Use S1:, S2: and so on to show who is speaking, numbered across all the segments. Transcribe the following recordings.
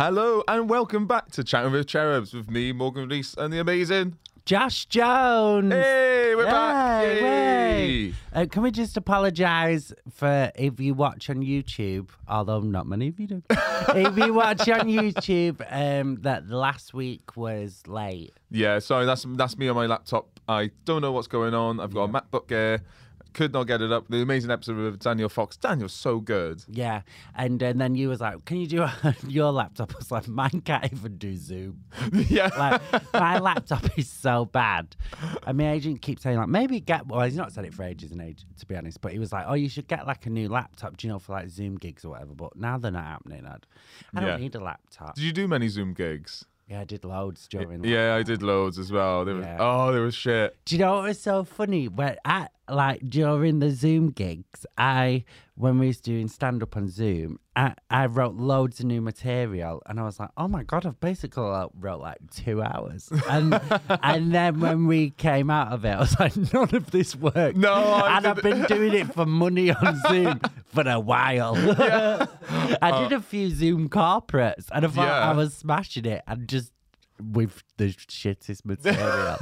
S1: Hello and welcome back to Chatting with Cherubs with me, Morgan Reese, and the amazing.
S2: Josh Jones.
S1: Hey, we're back!
S2: Mm. Yay,
S1: Yay.
S2: way. Uh, can we just apologise for if you watch on YouTube, although not many of you do. if you watch on YouTube, um, that last week was late.
S1: Yeah, sorry, that's that's me on my laptop. I don't know what's going on. I've got a MacBook Air. Could not get it up. The amazing episode with Daniel Fox. Daniel's so good.
S2: Yeah, and and then you was like, "Can you do it on your laptop?" I was like, "Mine can't even do Zoom.
S1: yeah.
S2: Like my laptop is so bad." And my agent keeps saying like, "Maybe get." Well, he's not said it for ages and ages, to be honest. But he was like, "Oh, you should get like a new laptop, do you know, for like Zoom gigs or whatever." But now they're not happening. I'd, I don't
S1: Yeah.
S2: need a laptop.
S1: Did you do many Zoom gigs?
S2: Yeah, I did loads during.
S1: Yeah, I did loads as well. There was,
S2: Yeah.
S1: Oh, there was shit.
S2: Do you know what was so funny? When I like during the Zoom gigs, I when we was doing stand up on Zoom, I, I wrote loads of new material, and I was like, oh my god, I've basically like, wrote like two hours, and and then when we came out of it, I was like, none of this worked.
S1: No, I
S2: and I've
S1: did-
S2: been doing it for money on Zoom for a while. I did a few Zoom corporates, and I thought
S1: Uh, Yeah.
S2: I was smashing it, and just with the shittest material.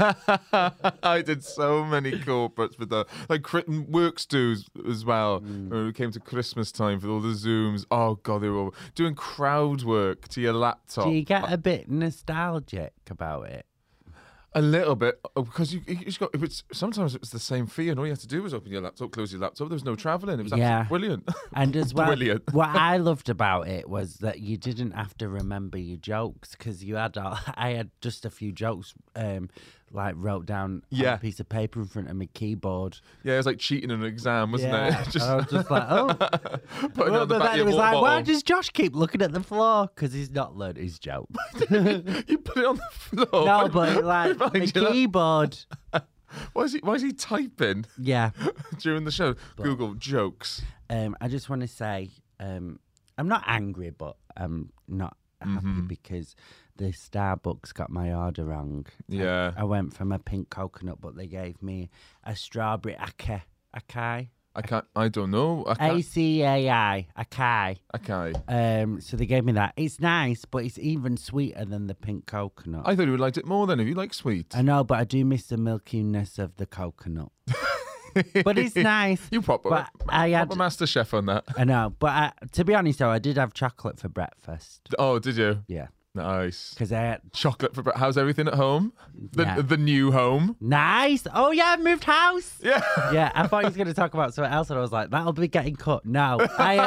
S1: I did so many corporates with the like cri- works dues as well.
S2: Mm.
S1: When it came to Christmas time for all the Zooms. Oh god, they were all doing crowd work to your laptop.
S2: Do you get a bit nostalgic about it?
S1: A little bit oh, because you, you just got. If it's sometimes it was the same fee, and all you had to do was open your laptop, close your laptop. There was no traveling. It was
S2: Yeah.
S1: absolutely brilliant.
S2: And as well,
S1: Brilliant.
S2: what I loved about it was that you didn't have to remember your jokes because you had. All, I had just a few jokes, um, like wrote down on
S1: Yeah.
S2: a piece of paper in front of my keyboard.
S1: yeah, it was like cheating in an exam, wasn't
S2: yeah,
S1: it?
S2: and I was just like, oh.
S1: putting it
S2: Well,
S1: on the back of
S2: but then
S1: your
S2: it
S1: water
S2: was like, why
S1: bottle.
S2: does Josh keep looking at the floor? Because he's not learned his joke.
S1: you put it on the floor.
S2: no, but like the
S1: Behind your lap-
S2: keyboard.
S1: why is he? Why is he typing
S2: Yeah.
S1: during the show? Google jokes.
S2: Um, I just want to say, um, I'm not angry, but I'm not happy because the Starbucks got my order wrong.
S1: Yeah.
S2: I went for my pink coconut, but they gave me a strawberry acai. Acai?
S1: I can't. I don't know. I
S2: A
S1: can't.
S2: C A I. Acai.
S1: I, can't.
S2: Um, so they gave me that. It's nice, but it's even sweeter than the pink coconut.
S1: I thought you would liked it more than if you like sweet.
S2: I know, but I do miss the milkiness of the coconut. but it's nice.
S1: you proper,
S2: but
S1: proper
S2: I had-
S1: master chef on that.
S2: I know, but I, to be honest, though, I did have chocolate for breakfast.
S1: Oh, did you?
S2: Yeah,
S1: Nice.
S2: because I had
S1: Chocolate for breakfast. How's everything at home? The
S2: Yeah.
S1: the new home.
S2: nice. Oh yeah, I moved house.
S1: Yeah.
S2: Yeah, I thought he was going to talk about something else, and I was like, "That'll be getting cut." No, I,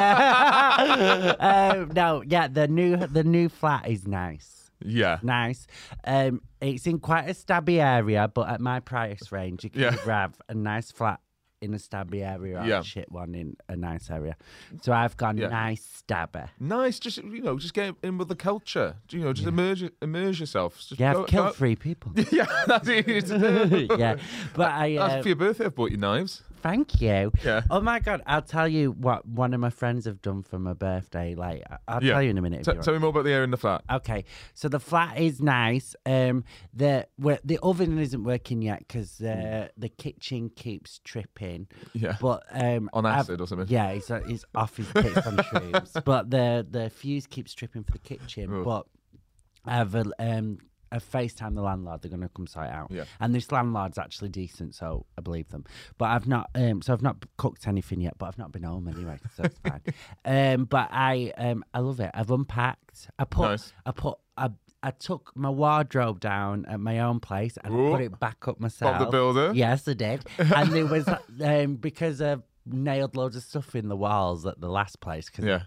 S2: uh, um, no, yeah, the new the new flat is nice,
S1: Yeah.
S2: nice. Um, it's in quite a stabby area, but at my price range, you can
S1: Yeah.
S2: either have a nice flat in a stabby area or
S1: Yeah.
S2: a shit one in a nice area. So I've gone
S1: Yeah.
S2: nice stabber.
S1: Nice. Just you know, just get in with the culture. You know, just immerse immerse yourself. Just
S2: Yeah, I've
S1: go-
S2: killed
S1: go-
S2: three people.
S1: Yeah, that's what you need to do.
S2: yeah, but I
S1: That's
S2: uh,
S1: for your birthday. I've bought you knives.
S2: Thank you.
S1: Yeah.
S2: Oh my god, I'll tell you what one of my friends have done for my birthday. Like, I- I'll
S1: Yeah.
S2: tell you in a minute. if
S1: T-
S2: you want.
S1: tell me more about the air in the flat.
S2: Okay, so the flat is nice. Um, the we the oven isn't working yet because the the kitchen keeps tripping.
S1: Hmm. Yeah.
S2: But um,
S1: On
S2: I've-
S1: acid or something.
S2: Yeah, he's he's off his tits on shrooms. But the the fuse keeps tripping for the kitchen.
S1: Oof.
S2: But I've uh, um. I FaceTime the landlord, they're gonna come sort it out.
S1: Yeah.
S2: And this landlord's actually decent, so I believe them. But I've not um so I've not cooked anything yet, but I've not been home anyway, so it's fine. Um but I um I love it. I've unpacked. I put
S1: Nice.
S2: I put I I took my wardrobe down at my own place and
S1: Ooh.
S2: put it back up myself.
S1: Bob the Builder.
S2: Yes, I did. And it was um, because I nailed loads of stuff in the walls at the last place because
S1: Yeah.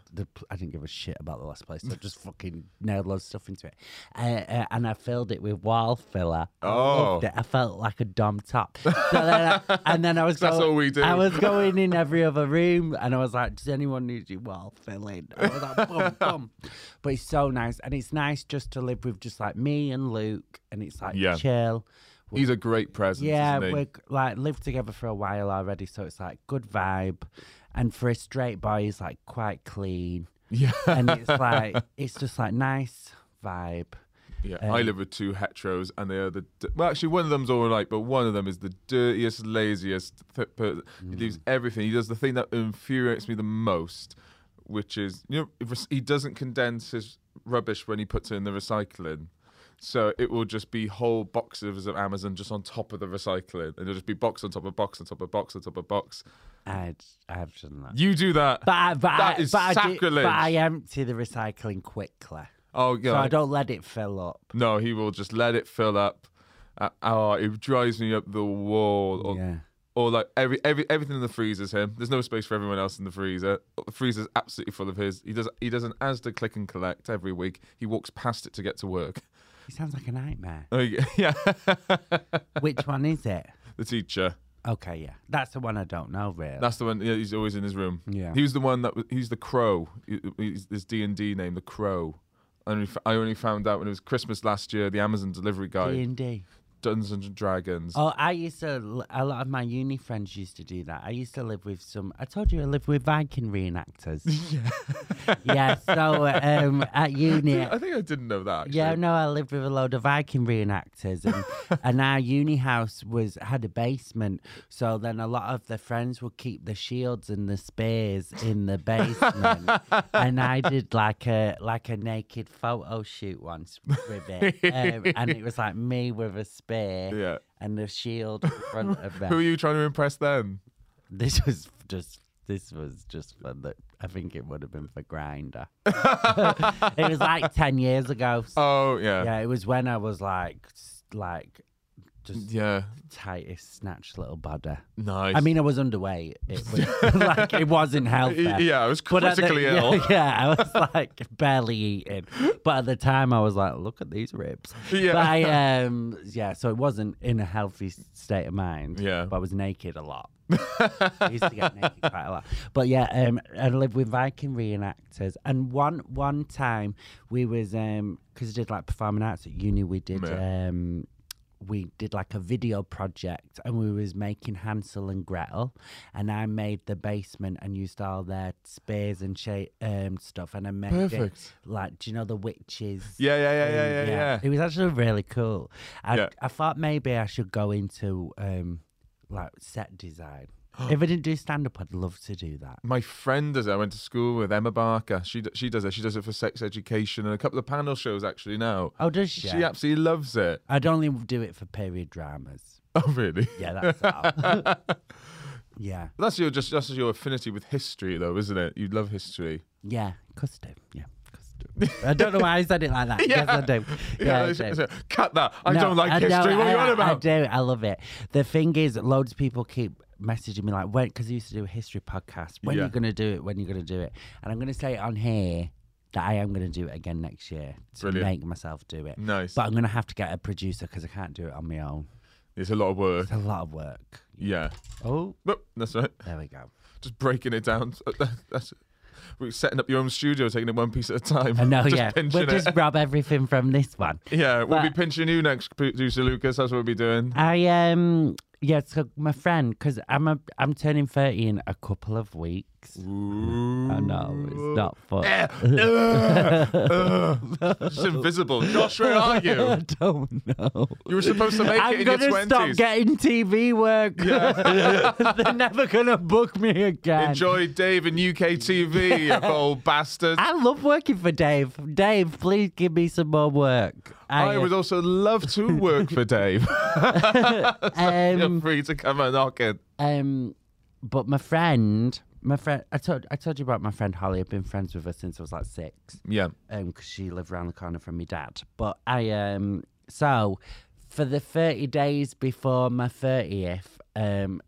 S2: I didn't give a shit about the last place. So I just fucking nailed loads of stuff into it. Uh, uh, and I filled it with wall filler. I loved
S1: Oh.
S2: it. I felt like a dumb top. So then I- and then I was
S1: That's
S2: going-
S1: all we do.
S2: I was going in every other room and I was like, does anyone need your wall filling? I was like, bum, bum. But it's so nice. And it's nice just to live with just like me and Luke. And it's like
S1: Yeah.
S2: chill. We're
S1: He's a great presence.
S2: yeah,
S1: isn't he?
S2: we're g- like lived together for a while already, so it's like good vibe. And for a straight boy, he's like quite clean,
S1: yeah.
S2: and it's like it's just like nice vibe.
S1: Yeah, I
S2: Um,
S1: live with two heteros, and they are the d- well. Actually, one of them's all right, but one of them is the dirtiest, laziest th- person. He
S2: Mm.
S1: leaves everything. He does the thing that infuriates me the most, which is you know if res- he doesn't condense his rubbish when he puts it in the recycling. So it will just be whole boxes of Amazon just on top of the recycling. And it'll just be box on top of box on top of box on top of box.
S2: I'd, I've done that.
S1: You do that.
S2: But I, but
S1: That
S2: I,
S1: is
S2: but I do-
S1: sacrilege.
S2: but I empty the recycling quickly,
S1: oh, God.
S2: so I don't let it fill up.
S1: No, he will just let it fill up. Uh, oh, it drives me up the wall. Or,
S2: Yeah.
S1: or like every, every everything in the freezer's him. There's no space for everyone else in the freezer. The freezer's absolutely full of his. He does he does an Asda click and collect every week. He walks past it to get to work.
S2: It sounds like a nightmare.
S1: Oh, yeah. yeah.
S2: Which one is it?
S1: the teacher.
S2: Okay, yeah, that's the one I don't know really.
S1: That's the one. Yeah, he's always in his room.
S2: Yeah.
S1: He was the one that was, he's the crow. He- He's his D and D name, the crow. And we f- I only found out when it was Christmas last year. The Amazon delivery guy,
S2: D and D.
S1: Dungeons and Dragons.
S2: Oh, I used to. l- A lot of my uni friends used to do that. I used to live with some. I told you I lived with Viking reenactors. Yeah. So um, at uni,
S1: I think I didn't know that. Actually.
S2: Yeah, no, I lived with a load of Viking reenactors, and, and our uni house was had a basement. So then a lot of the friends would keep the shields and the spears in the basement, and I did like a like a naked photo shoot once with it, um, and it was like me with a spear
S1: Yeah.
S2: and the shield in front of
S1: Who are
S2: me.
S1: you trying to impress then?
S2: This was just. This was just for the. I think it would have been for Grinder. it was like ten years ago. so
S1: Oh yeah, yeah.
S2: yeah, it was when I was like, s- like,
S1: Mm.
S2: just tightest snatch little body.
S1: Nice.
S2: I mean, I was underweight. It was like it wasn't healthy.
S1: Y- yeah, I was
S2: at uh, the-
S1: critically
S2: yeah,
S1: ill.
S2: Yeah, I was like barely eating. But at the time, I was like, look at these ribs.
S1: Yeah.
S2: But I, um, yeah, so it wasn't in a healthy s- state of mind.
S1: Yeah.
S2: But I was naked a lot. I used to get naked quite a lot. But yeah, um, I lived with Viking reenactors. And one one time, we was, um, because I did like performing arts at uni, we did, um, we did like a video project and we was making Hansel and Gretel and I made the basement and used all their spears and shape um, stuff and I made
S1: Perfect.
S2: it like do you know the witches
S1: Yeah, yeah, yeah, yeah,
S2: thing?
S1: yeah, yeah.
S2: Um, it was actually really cool I,
S1: Yeah.
S2: I thought maybe I should go into um, like set design if I didn't do stand up I'd love to do that
S1: My friend does it. I went to school with Emma Barker. She d- she does it. She does it for sex education and a couple of panel shows actually now.
S2: oh does she,
S1: She absolutely loves it.
S2: I'd only do it for period dramas
S1: Oh really?
S2: yeah that's all yeah
S1: That's your just that's your affinity with history though, isn't it? You love history.
S2: Yeah, custom. Yeah, custom. I don't know why I said it like that. Yes, I do. Yeah, I
S1: it's-
S2: do.
S1: it's- cut that. I
S2: No,
S1: don't like
S2: I
S1: history. what are you
S2: I-
S1: on
S2: I
S1: about?
S2: do. I love it. The thing is, loads of people keep messaging me like, when, because I used to do a history podcast. When are
S1: Yeah.
S2: you going to do it? When are you going to do it? And I'm going to say it on here that I am going to do it again next year to
S1: Brilliant.
S2: make myself do it.
S1: nice.
S2: But I'm going to have to get a producer because I can't do it on my own.
S1: it's a lot of work.
S2: It's a lot of work.
S1: Yeah.
S2: Oh,
S1: But that's right.
S2: there we go.
S1: Just breaking it down. That's we're setting up your own studio, taking it one piece at a time.
S2: I know,
S1: just
S2: yeah.
S1: pinching
S2: We'll
S1: it.
S2: just rob everything from this one.
S1: Yeah, we'll be
S2: But-
S1: pinching you next, producer Lucas. That's what we'll be doing.
S2: I um yeah, so my friend because I'm a I'm turning thirty in a couple of weeks. I know it's not fun.
S1: Eh, ugh, ugh. It's invisible. Josh, where are
S2: I
S1: you?
S2: don't know.
S1: You were supposed to make
S2: I'm
S1: it in your
S2: gonna stop
S1: twenties.
S2: getting TV work. They're never gonna book me again.
S1: Enjoy Dave and UK TV, you old bastard.
S2: I love working for Dave. Dave, please give me some more work.
S1: I would
S2: uh,
S1: also love to work for Dave. Feel
S2: um,
S1: free to come and knock it.
S2: Um, but my friend, my friend, I told I told you about my friend Holly. I've been friends with her since I was like six.
S1: Yeah.
S2: um because she lived around the corner from me dad but i um so for the 30 days before my 30th um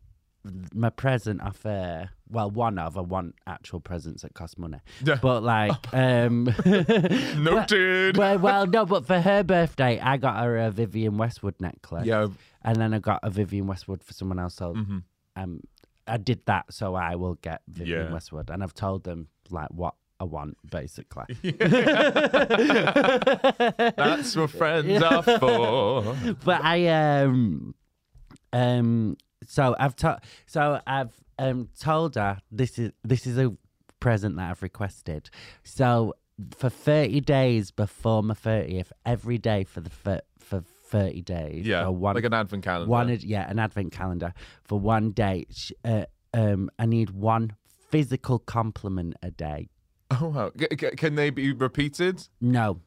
S2: my present off her well one of her one actual presents that cost money
S1: Yeah.
S2: but like um
S1: Noted.
S2: well, well no but for her birthday i got her a vivian westwood necklace
S1: yeah. Mm-hmm.
S2: and then i got a vivian westwood for someone else so um i did that so i will get vivian
S1: Yeah.
S2: westwood and i've told them like what i want basically
S1: That's what friends are for.
S2: but I um um so I've to- so I've um told her this is this is a present that I've requested. So for 30 days before my 30th, every day for the fir- for 30 days,
S1: Yeah.
S2: so one
S1: like an advent calendar.
S2: one ad- yeah an advent calendar for one day. sh- Uh, um, I need one physical compliment a day.
S1: Oh wow! C- c- can they be repeated?
S2: No.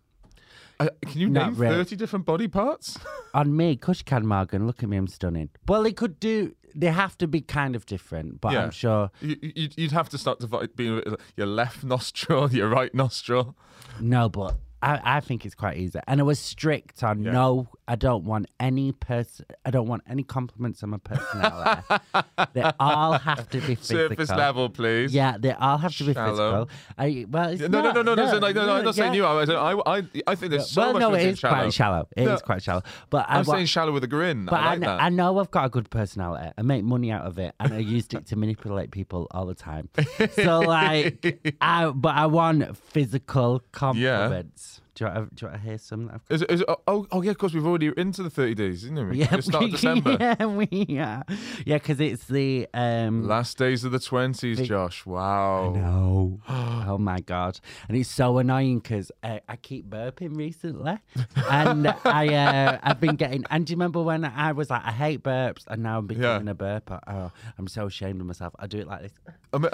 S1: Uh, can you
S2: Not
S1: name
S2: really.
S1: thirty different body parts?
S2: On me, Kush can Morgan, look at me, I'm stunning. Well, they could do, they have to be kind of different, but
S1: Yeah.
S2: I'm sure.
S1: you, you'd, you'd have to start dividing being a bit like your left nostril, your right nostril.
S2: No, but I, I think it's quite easy. And I was strict on no, I don't want any person, I don't want any compliments on my personality. they all have to be physical.
S1: Surface level, please.
S2: Yeah, they all have to be
S1: Shallow.
S2: physical. I, well, it's
S1: No, no,
S2: not-
S1: no, no, no, no, no, no, I'm not saying
S2: yeah.
S1: you are. I, don't- I, I, I think there's so
S2: well,
S1: much
S2: no, it
S1: within
S2: is
S1: shallow.
S2: quite shallow. It is
S1: No.
S2: quite shallow. But I
S1: I'm
S2: wa-
S1: saying shallow with a grin.
S2: But
S1: I
S2: I,
S1: like
S2: kn-
S1: that.
S2: I know I've got a good personality. I make money out of it, and I used it to manipulate people all the time. So like, I but I want physical compliments. Do, you want, do you want to hear some? that I've got?
S1: Is it- is it- oh, oh, yeah, of course, we've already we're into the 30 days, isn't it? the start of
S2: we-
S1: December.
S2: yeah, we are. Yeah, because it's the um.
S1: Last days of the 20s, Josh. Wow.
S2: No. oh my god! And it's so annoying because I, I keep burping recently, and I uh, I've been getting. And do you remember when I was like, I hate burps, and now I'm becoming a burper. Oh, I'm so ashamed of myself. I do it like this,
S1: Um,
S2: but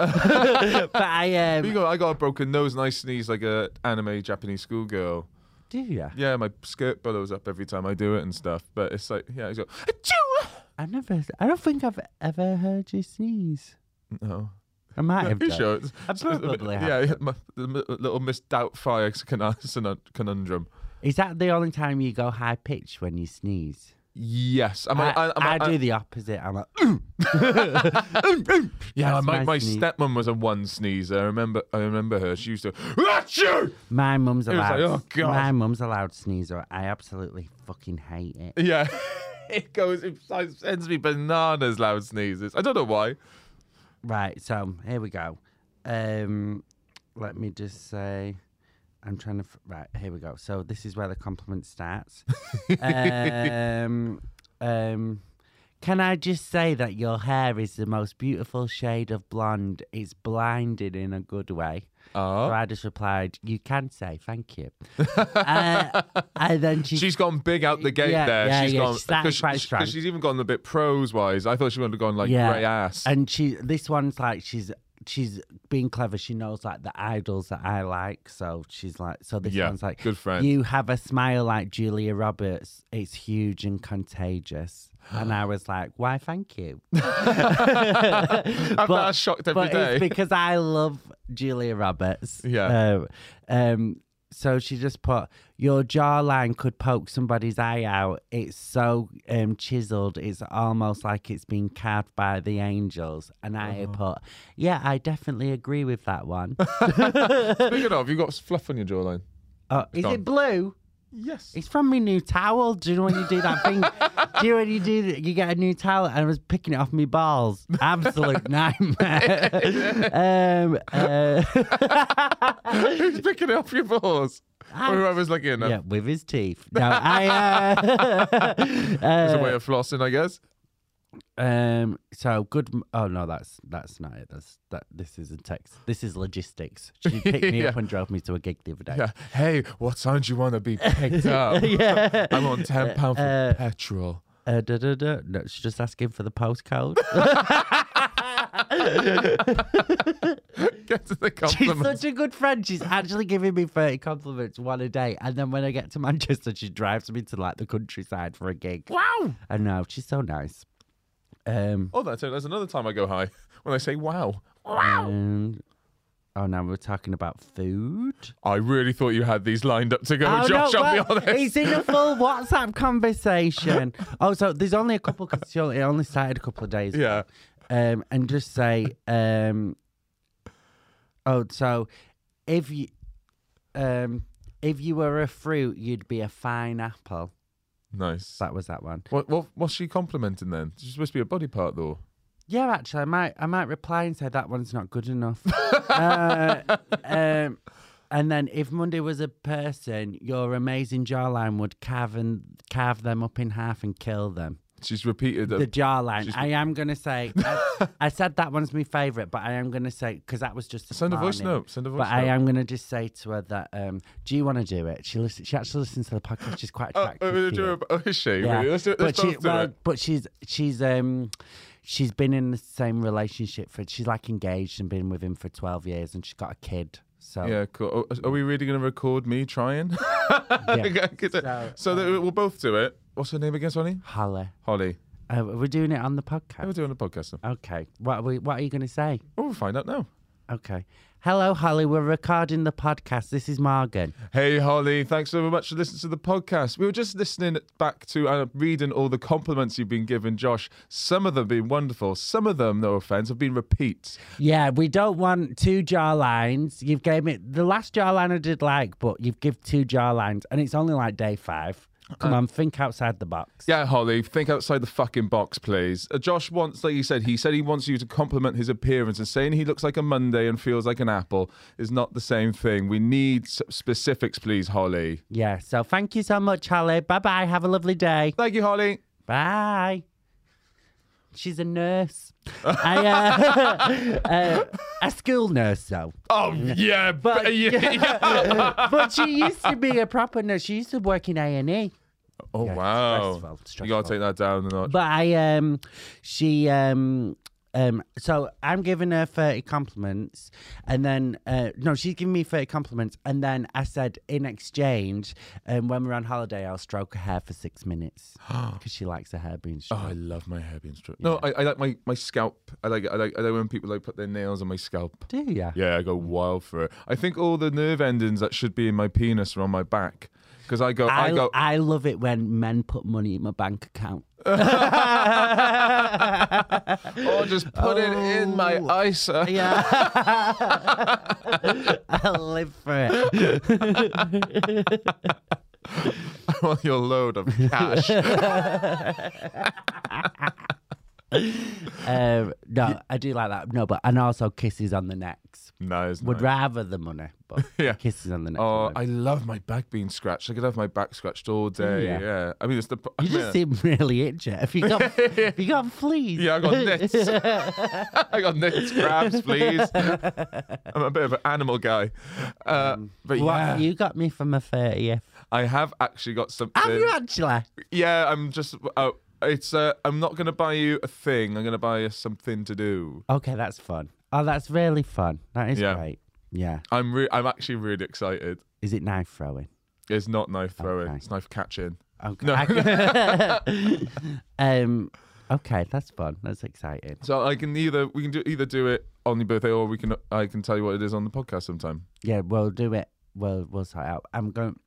S2: I
S1: you
S2: um.
S1: got, I got a broken nose and I sneezed like a anime Japanese schoolgirl.
S2: Do you?
S1: Yeah, my skirt billows up every time I do it and stuff. But it's like, yeah, I go, "Achoo!"
S2: I never. I don't think I've ever heard you sneeze.
S1: No.
S2: I might have.
S1: You
S2: done.
S1: sure? It's-
S2: I
S1: it's- it's-
S2: probably have
S1: yeah, yeah, my, the m- little Miss Doubtfire conun- conundrum.
S2: Is that the only time you go high pitched when you sneeze?
S1: Yes, am
S2: I,
S1: I, am
S2: I
S1: I,
S2: do the opposite. I'm like,
S1: Yeah,
S2: That's
S1: my,
S2: my
S1: my
S2: sneeze.
S1: stepmom was a one sneezer. I remember, I remember her. She used to, Achoo!
S2: My mum's
S1: was
S2: allowed.
S1: like, "Oh, God."
S2: My mum's allowed sneezer. I absolutely fucking hate it.
S1: Yeah, it goes, it sends me bananas loud sneezes. I don't know why.
S2: Right, so here we go. Um, let me just say, I'm trying to. F- right, here we go. So this is where the compliment starts. um, um, can I just say that your hair is the most beautiful shade of blonde? It's blinded in a good way. So
S1: Oh.
S2: I just replied, "You can say thank you." uh, and then she
S1: She's gone big out the gate
S2: Yeah,
S1: there.
S2: yeah,
S1: she's
S2: yeah,
S1: gone
S2: she's starting
S1: because she-
S2: quite
S1: she-
S2: strong.
S1: 'cause she's even gone a bit prose wise. I thought she would have gone like grey ass.
S2: And she, this one's like she's she's being clever. She knows like the idols that I like, so she's like, so this
S1: Yeah,
S2: one's like,
S1: good friend.
S2: You have a smile like Julia Roberts. It's huge and contagious. And I was like, "Why? Thank you."
S1: I've
S2: but-
S1: been shocked every
S2: but
S1: day.
S2: it's because I love Julia Roberts.
S1: Yeah.
S2: Um, um, so she just put, "Your jawline could poke somebody's eye out. It's so um, chiseled. It's almost like it's been carved by the angels." And I
S1: Oh.
S2: put, "Yeah, I definitely agree with that one.
S1: Speaking of, you've got fluff on your jawline.
S2: Oh, is
S1: gone.
S2: it blue?"
S1: Yes.
S2: It's from my new towel. Do you know when you do that thing? do you know when you do that? You get a new towel, and I was picking it off my balls. Absolute nightmare. um, uh,
S1: Who's picking it off your balls?
S2: I-
S1: Or whoever's lucky enough.
S2: yeah, with his teeth. No, I. Uh,
S1: It's a
S2: uh,
S1: way of flossing, I guess.
S2: um. So good. m- Oh no, that's that's not it. That's that. This is a text. This is logistics. She picked me up
S1: Yeah.
S2: and drove me to a gig the other day.
S1: Yeah. Hey, what time do you want to be picked up?
S2: Yeah.
S1: I'm on ten pound for
S2: Uh,
S1: petrol.
S2: Uh, da, da, da. No, she's just asking for the postcode.
S1: Get to the
S2: She's
S1: compliment.
S2: such a good friend. She's actually giving me 30 compliments, one a day. And then when I get to Manchester, she drives me to like the countryside for a gig.
S1: wow.
S2: I know, she's so nice. Um,
S1: Oh, that's it. That's another time I go high when I say wow. Wow.
S2: and- oh, now we're talking about food.
S1: I really thought you had these lined up to go,
S2: oh,
S1: Josh.
S2: no,
S1: I'll be
S2: well,
S1: honest.
S2: It's in a full WhatsApp conversation. oh, so there's only a couple, because it only started a couple of days ago.
S1: Yeah.
S2: um, and just say, um, oh, so if you, um, if you were a fruit, you'd be a fine apple.
S1: Nice.
S2: That was that one.
S1: What, what what's she complimenting then? She's supposed to be a body part though.
S2: Yeah, actually, I might, I might reply and say that one's not good enough. uh, um, and then if Monday was a person, your amazing jawline would carve and carve them up in half and kill them.
S1: She's repeated
S2: the
S1: that.
S2: jawline.
S1: she's-
S2: I am gonna say, I, I said that one's my favourite, but I am gonna say because that was just. this
S1: Send a voice
S2: morning.
S1: note. Send a voice
S2: oh, But I
S1: note.
S2: am gonna just say to her that, um, do you want to do it? She listen, She actually listens to the podcast. She's quite
S1: Oh,
S2: attractive.
S1: we're gonna
S2: to
S1: do
S2: you.
S1: a- oh, is she?
S2: Yeah.
S1: Really? Let's do,
S2: but
S1: let's
S2: she,
S1: both do
S2: well,
S1: it.
S2: but she's she's um, she's been in the same relationship for she's like engaged and been with him for twelve years, and she's got a kid. So
S1: Yeah, cool. Oh, Are- Are we really going to record me trying? so
S2: So,
S1: that we'll both do it. What's her name again, Sonny?
S2: Holly,
S1: Holly.
S2: uh, we're doing it on the
S1: How are we
S2: podcast.
S1: doing the podcast now?
S2: Okay. What are we, What are you going to say?
S1: Oh, we'll find out now.
S2: Okay. Hello, Holly. We're recording the podcast. This is Morgan.
S1: Hey, Holly, thanks so much for listening to the podcast. We were just listening back to and reading all the compliments you've been giving Josh. Some of them been wonderful. Some of them, no offense, have been repeats.
S2: Yeah, we don't want two jaw lines. You've gave me the last jaw line I did like, but you've give two jaw lines, and it's only like day five. Come on, think outside the box.
S1: Yeah, Holly, think outside the fucking box, please. Uh, Josh wants, like you said, he said he wants you to compliment his appearance, and saying he looks like a Monday and feels like an apple is not the same thing. We need s- specifics, please, Holly.
S2: Yeah. So thank you so much, Holly. Bye bye. Have a lovely day.
S1: Thank you, Holly.
S2: Bye. She's a nurse. I, uh, uh, a school nurse, though.
S1: Oh yeah, but
S2: but she used to be a proper nurse. She used to work in A and E.
S1: Oh
S2: Yeah,
S1: wow,
S2: stressful,
S1: you gotta
S2: stressful.
S1: take that down a notch.
S2: But I um she um um so I'm giving her 30 compliments and then uh no she's giving me 30 compliments and then I said in exchange um when we're on holiday I'll stroke her hair for 6 minutes because she likes her hair being
S1: Oh,
S2: stroked.
S1: I love my hair being straight. No, I, I like my, my scalp. I like I like I like when people like put their nails on my scalp.
S2: Do ya?
S1: Yeah, I go wild for it. I think all the nerve endings that should be in my penis are on my back because I go I,
S2: I,
S1: go.
S2: I love it when men put money in my bank account.
S1: oh, just put it in my ISA.
S2: Oh. Yeah. I live for it.
S1: I want your load of cash.
S2: Um, no, I do like that. No, but and also kisses on the necks.
S1: no, it's
S2: Would
S1: not.
S2: rather the money, but
S1: Yeah.
S2: kisses on the necks.
S1: Oh,
S2: would be-
S1: I love my back being scratched. I could have my back scratched all day. Yeah,
S2: ya?
S1: I mean it's the. pro-
S2: you just
S1: yeah.
S2: seem really itchy. If you got, if you got fleas.
S1: Yeah, I got nits. I got nits, crabs, please. I'm a bit of an animal guy. Uh, but
S2: Um, What
S1: yeah,
S2: you got me for my thirtieth?
S1: I have actually got something.
S2: Have you actually?
S1: Yeah, I'm just. Oh, it's. Uh, I'm not going to buy you a thing. I'm going to buy you something to do.
S2: Okay, that's fun. Oh, that's really fun. That is
S1: Yeah.
S2: great. Yeah.
S1: I'm. Re- I'm actually really excited.
S2: Is it knife throwing?
S1: It's not knife throwing.
S2: Okay.
S1: It's knife catching.
S2: Okay.
S1: No.
S2: I- um. Okay, that's fun. That's exciting.
S1: So I can either we can do either do it on your birthday or we can I can tell you what it is on the podcast sometime.
S2: Yeah, we'll do it. We'll we'll sort it out. I'm going.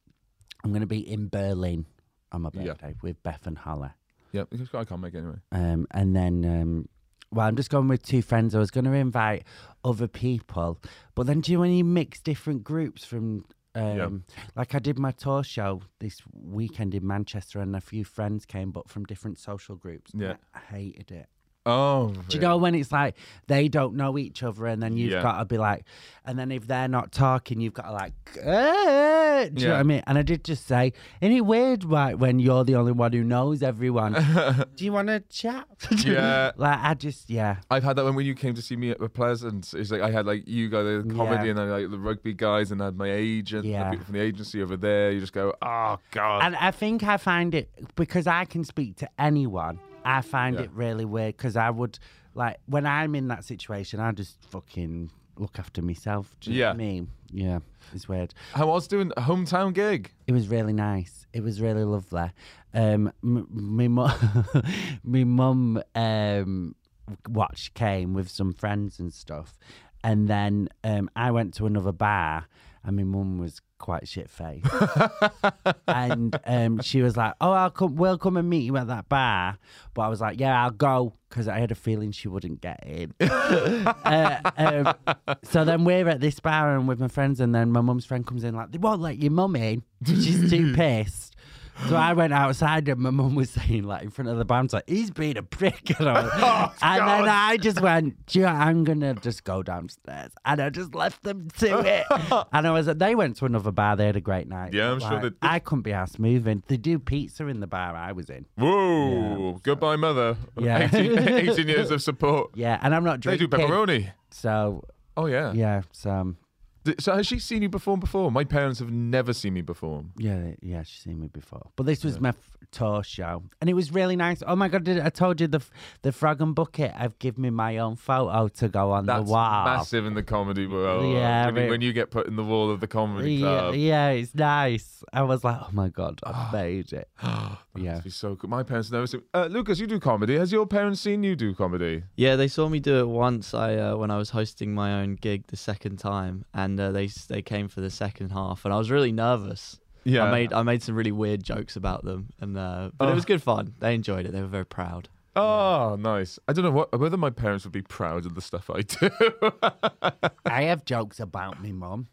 S2: I'm going to be in Berlin on my
S1: Yeah.
S2: birthday with Beth and Holla.
S1: Yeah, I can't make it anyway.
S2: Um, and then, um, well, I'm just going with two friends. I was going to invite other people, but then do you know when you mix different groups from, um,
S1: Yeah.
S2: like I did my tour show this weekend in Manchester, and a few friends came, but from different social groups. and
S1: Yeah.
S2: I hated it.
S1: Oh,
S2: Do you
S1: really?
S2: know when it's like they don't know each other, and then you've
S1: Yeah.
S2: got to be like, and then if they're not talking, you've got to like, "Eh," do you know
S1: Yeah.
S2: what I mean? And I did just say, isn't it weird, right, when you're the only one who knows everyone? do you want to chat?
S1: Yeah.
S2: like I just, yeah,
S1: I've had that when, when you came to see me at the Pleasant. It's like I had like you guys, the comedy, and then like the rugby guys, and I had my agent, the
S2: Yeah.
S1: people from the agency over there. You just go, oh god,
S2: and I think I find it because I can speak to anyone. I find it really weird because I would like when I'm in that situation, I just fucking look after myself. Do you know what I
S1: Yeah.
S2: mean? Yeah, it's weird.
S1: I was doing a hometown gig.
S2: It was really nice. It was really lovely. Um, m- my mum, my mum, um, watch came with some friends and stuff, and then um, I went to another bar, and my mum was quite shit faced, and um, she was like, "Oh, I'll come. We'll come and meet you at that bar." But I was like, "Yeah, I'll go," because I had a feeling she wouldn't get in. uh, um, so then we're at this bar and with my friends, and then my mum's friend comes in like, they won't let your mum in. She's too pissed. So I went outside and my mum was saying like in front of the bar, I was like, he's being a prick. And, I was-
S1: Oh,
S2: and then I just went, Do you know, what? I'm gonna just go downstairs, and I just left them to it. and I was like, they went to another bar. They had a great night.
S1: Yeah, I'm sure
S2: Like,
S1: they did.
S2: I couldn't be asked moving. They do pizza in the bar I was in.
S1: Whoa, goodbye, mother.
S2: Yeah.
S1: 18, 18 years of support.
S2: Yeah, and I'm not
S1: They do
S2: drinking.
S1: pepperoni.
S2: So
S1: Oh yeah.
S2: yeah, so um,
S1: D- So has she seen you perform before? My parents have never seen me perform.
S2: Yeah, yeah, she's seen me before. But this was my f- tour show, and it was really nice. Oh my god, did I told you the f- the frog and bucket? I've given me my own photo to go on
S1: That's
S2: the wall.
S1: massive in the comedy world.
S2: Yeah,
S1: when, you-
S2: but-
S1: when you get put in the wall of the comedy
S2: Yeah,
S1: club,
S2: yeah, it's nice. I was like, oh my god, I've made it.
S1: Must
S2: yeah,
S1: be so good. My parents never seen. Uh, Lucas, you do comedy. Has your parents seen you do comedy?
S3: Yeah, they saw me do it once. I uh, when I was hosting my own gig the second time, and uh, they s- they came for the second half, and I was really nervous.
S1: Yeah,
S3: I made I made some really weird jokes about them, and uh, but
S1: Oh.
S3: it was good fun. They enjoyed it. They were very proud.
S1: Oh, nice. I don't know what, whether my parents would be proud of the stuff I do.
S2: I have jokes about me mum,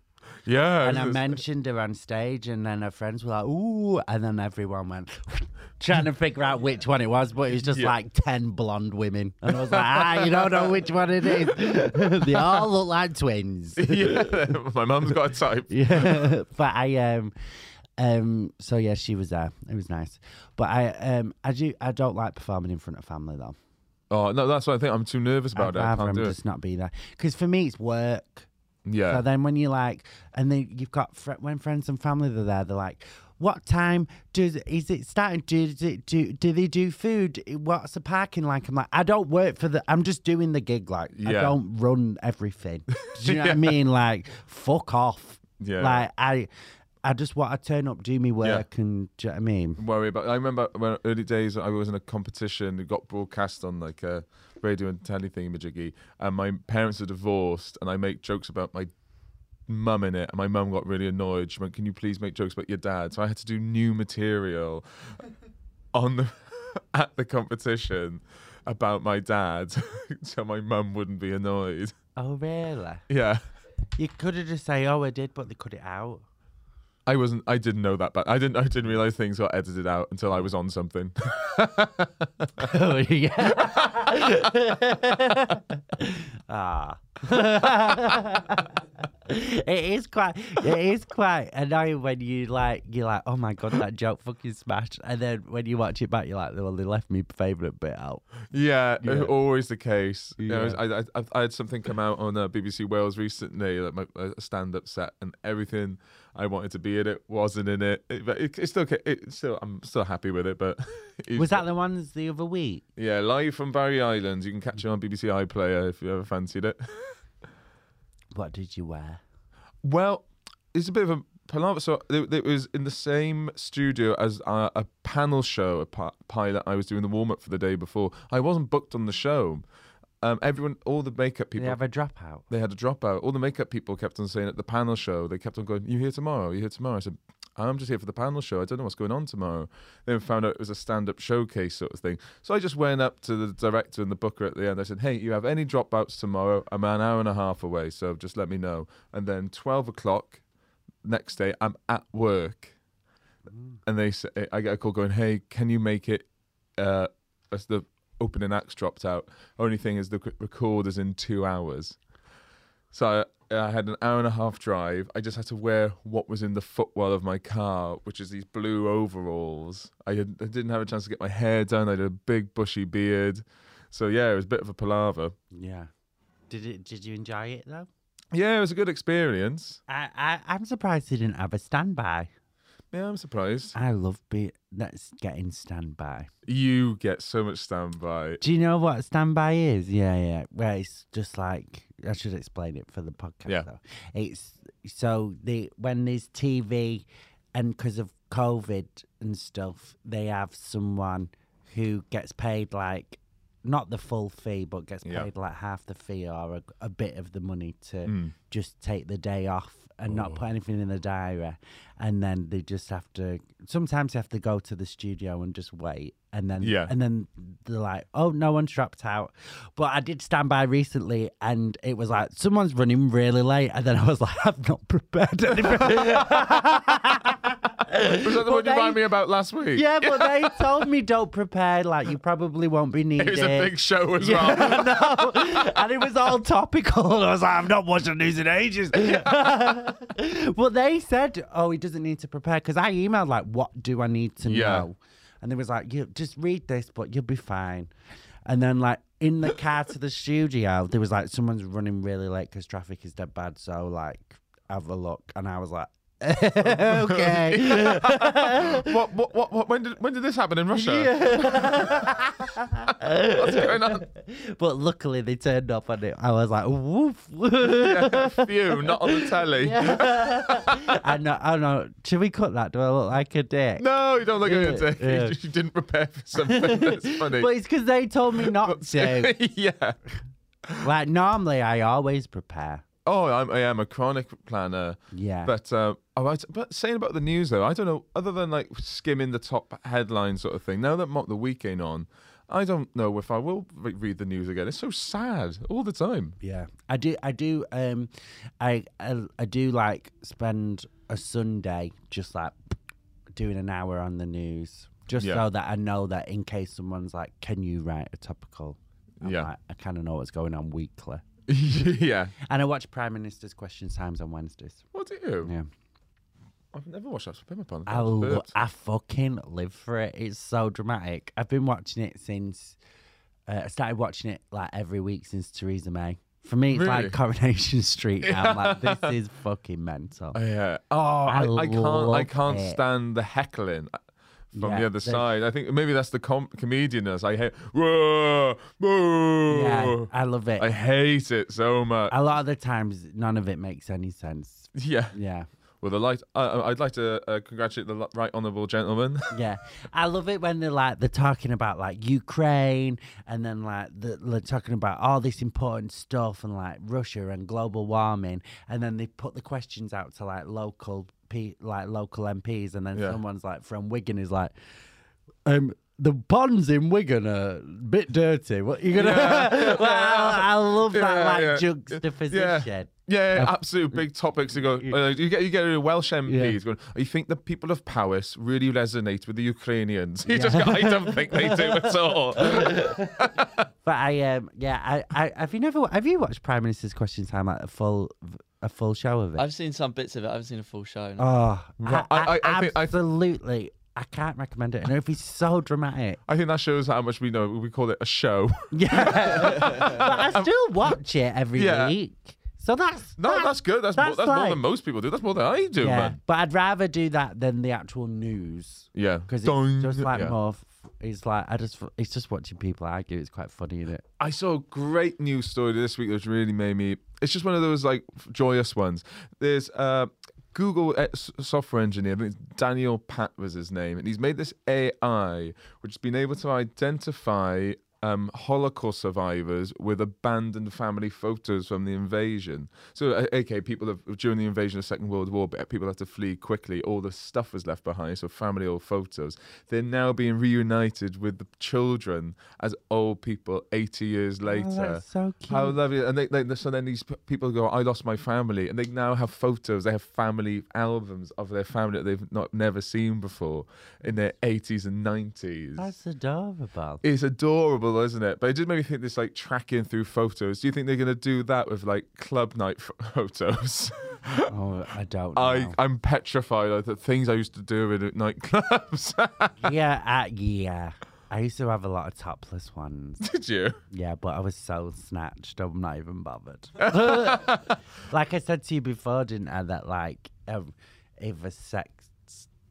S1: yeah.
S2: and I
S1: it's-
S2: mentioned her on stage, and then her friends were like, ooh, and then everyone went trying to figure out which one it was, but it was just
S1: Yeah.
S2: like ten blonde women, and I was like, ah, you don't know which one it is. they all look like twins.
S1: yeah, my mum's got a type.
S2: yeah but i um um so yeah she was there it was nice but i um i do i don't like performing in front of family though
S1: Oh no, that's what I think. I'm too nervous about
S2: i'd
S1: it. I
S2: rather
S1: can't
S2: them
S1: do
S2: just not be there because for me it's work
S1: it. Yeah.
S2: so then when you like and then you've got fr- when friends and family are there they're like what time does is it starting? Do, do, do do they do food? What's the parking like? I'm like, I don't work for the. I'm just doing the gig. Like, I
S1: Yeah.
S2: don't run everything. Do you know what I mean? Like, fuck off.
S1: yeah.
S2: Like I, I just want to turn up, do me work, and do you know what I mean?
S1: worry about. I remember when early days I was in a competition. It got broadcast on like a radio and telly thingamajiggy, and my parents are divorced, and I make jokes about my mum in it, and my mum got really annoyed. She went, "Can you please make jokes about your dad?" So I had to do new material on the at the competition about my dad, so my mum wouldn't be annoyed.
S2: Oh really?
S1: Yeah.
S2: You could have just say, "Oh, I did," but they cut it out.
S1: I wasn't. I didn't know that, but I didn't. I didn't realize things got edited out until I was on something.
S2: oh yeah. ah. it is quite it is quite annoying when you like you're like oh my god that joke fucking smashed and then when you watch it back you're like well they left me favourite bit out
S1: Yeah,
S2: Yeah.
S1: always the case. You know,
S2: Yeah.
S1: I, I- I, I had something come out on uh, BBC Wales recently, like my a stand-up set, and everything I wanted to be in it wasn't in it. It- but it, it's still, ca- it, still, I'm still happy with it. But it's-
S2: was that the ones the other week
S1: yeah, live from Barry Island. You can catch it on BBC iPlayer if you ever fancied it.
S2: what did you wear
S1: Well, it's a bit of a palaver. So it, it was in the same studio as uh, a, a panel show, a pi- pilot I was doing the warm up for the day before. I wasn't booked on the show. Um, everyone, all the makeup
S2: did
S1: people
S2: you have a dropout
S1: they had a dropout. All the makeup people kept on saying at the panel show, they kept on going, You here tomorrow? You here tomorrow? I said, I'm just here for the panel show. I don't know what's going on tomorrow. Then we found out it was a stand up showcase sort of thing. So I just went up to the director and the booker at the end. I said, Hey, you have any dropouts tomorrow? I'm an hour and a half away, so just let me know. And then 12 o'clock next day, I'm at work.
S2: Mm,
S1: And they say, I get a call going, Hey, can you make it? Uh, as the opening acts dropped out. Only thing is, the c- record is in two hours. So I, I had an hour and a half drive. I just had to wear what was in the footwell of my car, which is these blue overalls. I, had, I didn't have a chance to get my hair done. I had a big bushy beard. So yeah, it was a bit of a palaver.
S2: yeah did it did you enjoy it though
S1: Yeah, it was a good experience.
S2: I, I I'm surprised they didn't have a standby.
S1: Yeah, I'm surprised.
S2: I love be that's getting standby.
S1: You get so much standby.
S2: Do you know what standby is? Yeah, yeah. Where it's just like I should explain it for the podcast.
S1: Yeah.
S2: Though. It's so the when there's TV, and because of COVID and stuff, they have someone who gets paid like not the full fee, but gets paid
S1: Yeah.
S2: like half the fee or a, a bit of the money to
S1: Mm.
S2: just take the day off and not
S1: Oh.
S2: put anything in the diary and then they just have to sometimes they have to go to the studio and just wait and then
S1: Yeah.
S2: and then they're like oh no one's dropped out but i did stand by recently and it was like someone's running really late and then i was like i've not prepared anything
S1: Was that the
S2: But
S1: one you
S2: they-
S1: rang me about last week?
S2: yeah but they told me don't prepare like you probably won't be needed
S1: It was a big show as well.
S2: yeah, no. And it was all topical. And I was like, I've not watched the news in ages. well, they said, oh, he doesn't need to prepare. Because I emailed, like, what do I need to
S1: Yeah.
S2: know? And they was like, you just read this, but you'll be fine. And then, like, in the car to the studio, there was like, someone's running really late because traffic is dead bad. So, like, have a look, and I was like, okay.
S1: what, what, what, what, when did when did this happen in Russia? What's going on?
S2: but luckily they turned up and it, I was like, woof.
S1: Phew, not on the telly.
S2: I know, I know. Should we cut that? Do I look like a dick?
S1: No, you don't look at your
S2: Yeah,
S1: dick.
S2: yeah.
S1: You, you didn't prepare for something. That's funny.
S2: But it's because they told me not to.
S1: yeah.
S2: like normally, I always prepare.
S1: Oh, I'm, I am a chronic planner.
S2: Yeah.
S1: But uh, oh, I, but saying about the news though, I don't know. Other than like skimming the top headline sort of thing. Now that Mock the Weekend on, I don't know if I will re- read the news again. It's so sad all the time.
S2: yeah, I do. I do. Um, I, I I do like spend a Sunday just like doing an hour on the news, just
S1: Yeah.
S2: so that I know that in case someone's like, "Can you write a topical?" I'm
S1: Yeah.
S2: like, I kind of know what's going on weekly,
S1: yeah.
S2: and I watch Prime Minister's Question Times on Wednesdays.
S1: What do you?
S2: Yeah,
S1: I've never watched that Pim upon.
S2: I, lo- Oh, I fucking live for it. It's so dramatic. I've been watching it since uh, I started watching it like every week since Theresa May. For me, it's
S1: Really?
S2: like Coronation Street. now. I'm like, this is fucking mental.
S1: Oh, yeah. Oh, I, I, can't. I
S2: love
S1: can't
S2: it.
S1: stand the heckling uh, from
S2: Yeah,
S1: the other
S2: the-
S1: side. I think maybe that's the com- comedianness. I hate. Whoa, whoa.
S2: Yeah, I love it.
S1: I hate it so much.
S2: A lot of the times, none of it makes any sense.
S1: yeah.
S2: Yeah.
S1: Well, the light. I I'd like to uh, congratulate the li- right honourable gentleman.
S2: Yeah, I love it when they're like they're talking about like Ukraine, and then like the, they're talking about all this important stuff and like Russia and global warming, and then they put the questions out to like local pe- like local MPs, and then
S1: Yeah.
S2: someone's like from Wigan is like, um. The ponds in Wigan are a bit dirty. What you gonna?
S1: Yeah.
S2: well, I, I love that
S1: Yeah,
S2: like
S1: yeah.
S2: juxtaposition.
S1: Yeah, yeah, absolute big topics. You go, uh, you get you get a Welsh MP
S2: Yeah.
S1: going. I think the people of Powys really resonate with the Ukrainians. You just go, I don't think they do at all.
S2: But I um yeah I, I have you never have you watched Prime Minister's Question Time like a full a full show of it?
S3: I've seen some bits of it. I haven't seen a full show.
S1: Uh,
S3: no.
S2: Oh,
S1: Right, I-
S2: I,
S1: I- I think I-
S2: absolutely. I can't recommend it. And if he's so dramatic,
S1: I think that shows how much we know. We call it a show.
S2: yeah, but I still watch it every
S1: Yeah.
S2: week. So that's
S1: No, that's, good. That's more,
S2: that's
S1: that's more
S2: like-
S1: than most people do. That's more than I do,
S2: yeah.
S1: man.
S2: But I'd rather do that than the actual news
S1: Yeah,
S2: because
S1: Dong.
S2: it's just like
S1: Yeah.
S2: more. F- it's like I just f- it's just watching people argue. It's quite funny, isn't it?
S1: I saw a great news story this week which really made me. It's just one of those like joyous ones. There's uh, Google uh, s- software engineer, I think it's Daniel Pat was his name, and he's made this AI which has been able to identify um, Holocaust survivors with abandoned family photos from the invasion. So, uh, okay, people have during the invasion of Second World War, but people had to flee quickly. All the stuff was left behind, so family old photos. They're now being reunited with the children as old people, eighty years later.
S2: Oh, that's so cute.
S1: How lovely! And they, they, so then these p- people go, "I lost my family," and they now have photos. They have family albums of their family that they've not never seen before in their eighties and nineties.
S2: That's adorable.
S1: It's adorable, isn't it? But it did make me think this like tracking through photos. Do you think they're going to do that with like club night f- photos?
S2: Oh, I don't. Know.
S1: I, I'm petrified of the things I used to do in at nightclubs.
S2: yeah, I, yeah. I used to have a lot of topless ones.
S1: did you?
S2: Yeah, but I was so snatched. I'm not even bothered. like I said to you before, didn't I? That like, um, if a sex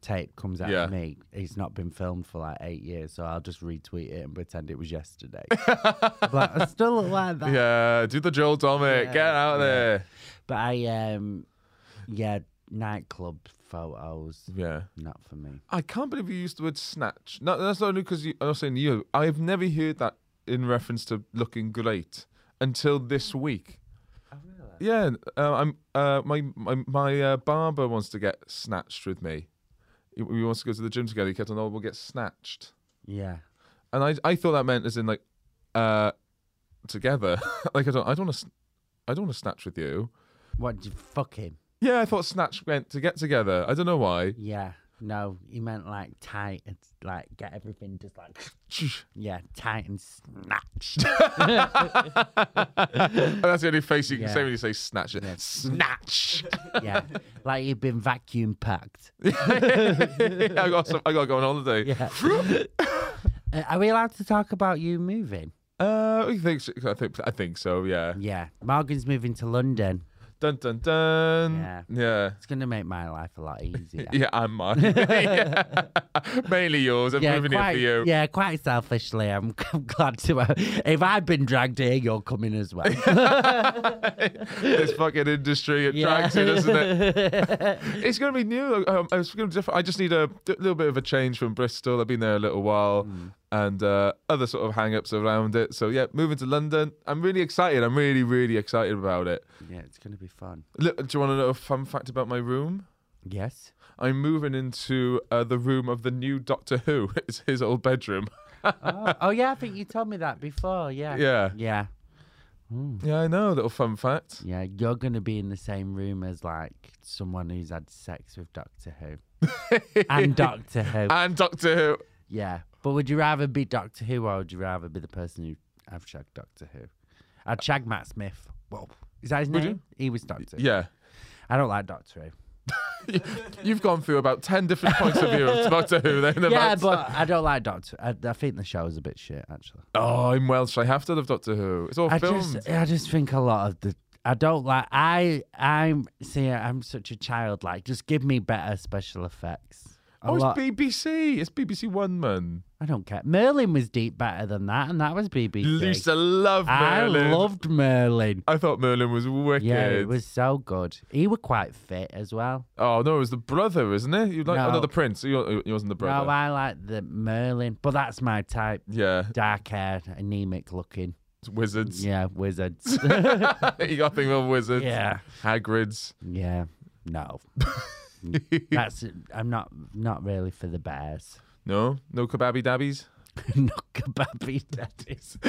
S2: tape comes out
S1: Yeah.
S2: of me, it's not been filmed for like eight years, so I'll just retweet it and pretend it was yesterday. but I still look like that.
S1: Yeah, do the Joel Domic. Get out there.
S2: But I, um, yeah, nightclub photos,
S1: Yeah.
S2: not for me.
S1: I can't believe you used the word snatch. No, that's not only because I'm not saying you. I've never heard that in reference to looking great until this week. Yeah, uh, I'm. Uh, my my my uh, barber wants to get snatched with me. He, he wants to go to the gym together. He kept on, oh, we'll get snatched,
S2: Yeah.
S1: and I I thought that meant as in like, uh, together. like I don't I don't want to I don't want to snatch with you.
S2: What? Did you fuck him?
S1: Yeah, I thought snatch meant to get together. I don't know why.
S2: Yeah. No, he meant like tight and like get everything just like yeah tight and snatched.
S1: And that's the only face you can
S2: Yeah.
S1: say when you say snatch. it. Snatch.
S2: yeah, like you've been vacuum packed.
S1: I got some, I got to go on holiday.
S2: Yeah. Uh, are we allowed to talk about you moving?
S1: Uh, I think so, I think I think so. Yeah.
S2: Yeah, Morgan's moving to London.
S1: Dun dun dun.
S2: Yeah.
S1: Yeah.
S2: It's going to make my life a lot easier.
S1: Yeah, and mine. Yeah. Mainly yours. I'm moving
S2: quite,
S1: it for you.
S2: yeah, quite selfishly, I'm, I'm glad to. uh, if I've been dragged here, you're coming as well.
S1: this fucking industry it drags it, doesn't it? It's going to be new. Um, it's going to be different. I just need a d- little bit of a change from Bristol. I've been there a little while, and uh, other sort of hang-ups around it. So yeah, moving to London. I'm really excited. I'm really, really excited about it.
S2: yeah, it's going to be fun.
S1: Look, do you want to know a fun fact about my room?
S2: Yes.
S1: I'm moving into uh, the room of the new Doctor Who. It's his old bedroom.
S2: Oh, oh, yeah, I think you told me that before. Yeah.
S1: Yeah.
S2: Yeah.
S1: Yeah, I know. Little fun fact.
S2: Yeah, you're going to be in the same room as like someone who's had sex with Doctor Who and Doctor Who.
S1: And Doctor Who.
S2: Yeah. But would you rather be Doctor Who or would you rather be the person who have shagged Doctor Who? I'd shag Matt Smith. Well, is that his
S1: Would
S2: name? He was Doctor. Who.
S1: Yeah.
S2: I don't like Doctor Who.
S1: You've gone through about 10 different points of view of Doctor Who then.
S2: Yeah,
S1: about-
S2: but I don't like Doctor. I, I think the show is a bit shit, actually.
S1: Oh, I'm Welsh. I have to love Doctor Who. It's all
S2: I
S1: filmed.
S2: just, I just think a lot of the. I don't like. I, I'm. See, I'm such a child. Like, just give me better special effects. A
S1: oh, it's
S2: lot-
S1: BBC. It's BBC One, man.
S2: I don't care. Merlin was deep better than that, and that was BBC.
S1: Used to love
S2: I
S1: Merlin.
S2: loved Merlin.
S1: I thought Merlin was wicked.
S2: Yeah, it was so good. He were quite fit as well.
S1: Oh no, it was the brother, isn't it? You like oh, no,
S2: No.
S1: the prince. You, you wasn't the brother.
S2: No, I like the Merlin, but that's my type.
S1: yeah,
S2: Dark hair, anemic looking.
S1: it's wizards.
S2: Yeah, wizards.
S1: you got thing of wizards.
S2: Yeah.
S1: Hagrids.
S2: yeah, no. That's I'm not not really for the bears.
S1: No, no kebabby dabbies.
S2: not kebabby daddies.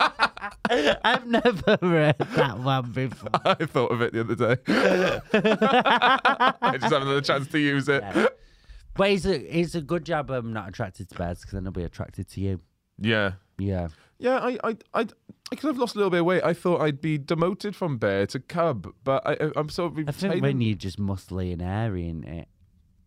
S2: I've never read that one before.
S1: I thought of it the other day. I just haven't had a chance to use it. Yeah.
S2: But it's a it's a good job I'm not attracted to bears because then I'll be attracted to you.
S1: Yeah,
S2: Yeah.
S1: I, I, I, I could have lost a little bit of weight. I thought I'd be demoted from bear to cub, but I, I- I'm sort of.
S2: I think
S1: retaining-
S2: when you're just muscly and airy in it,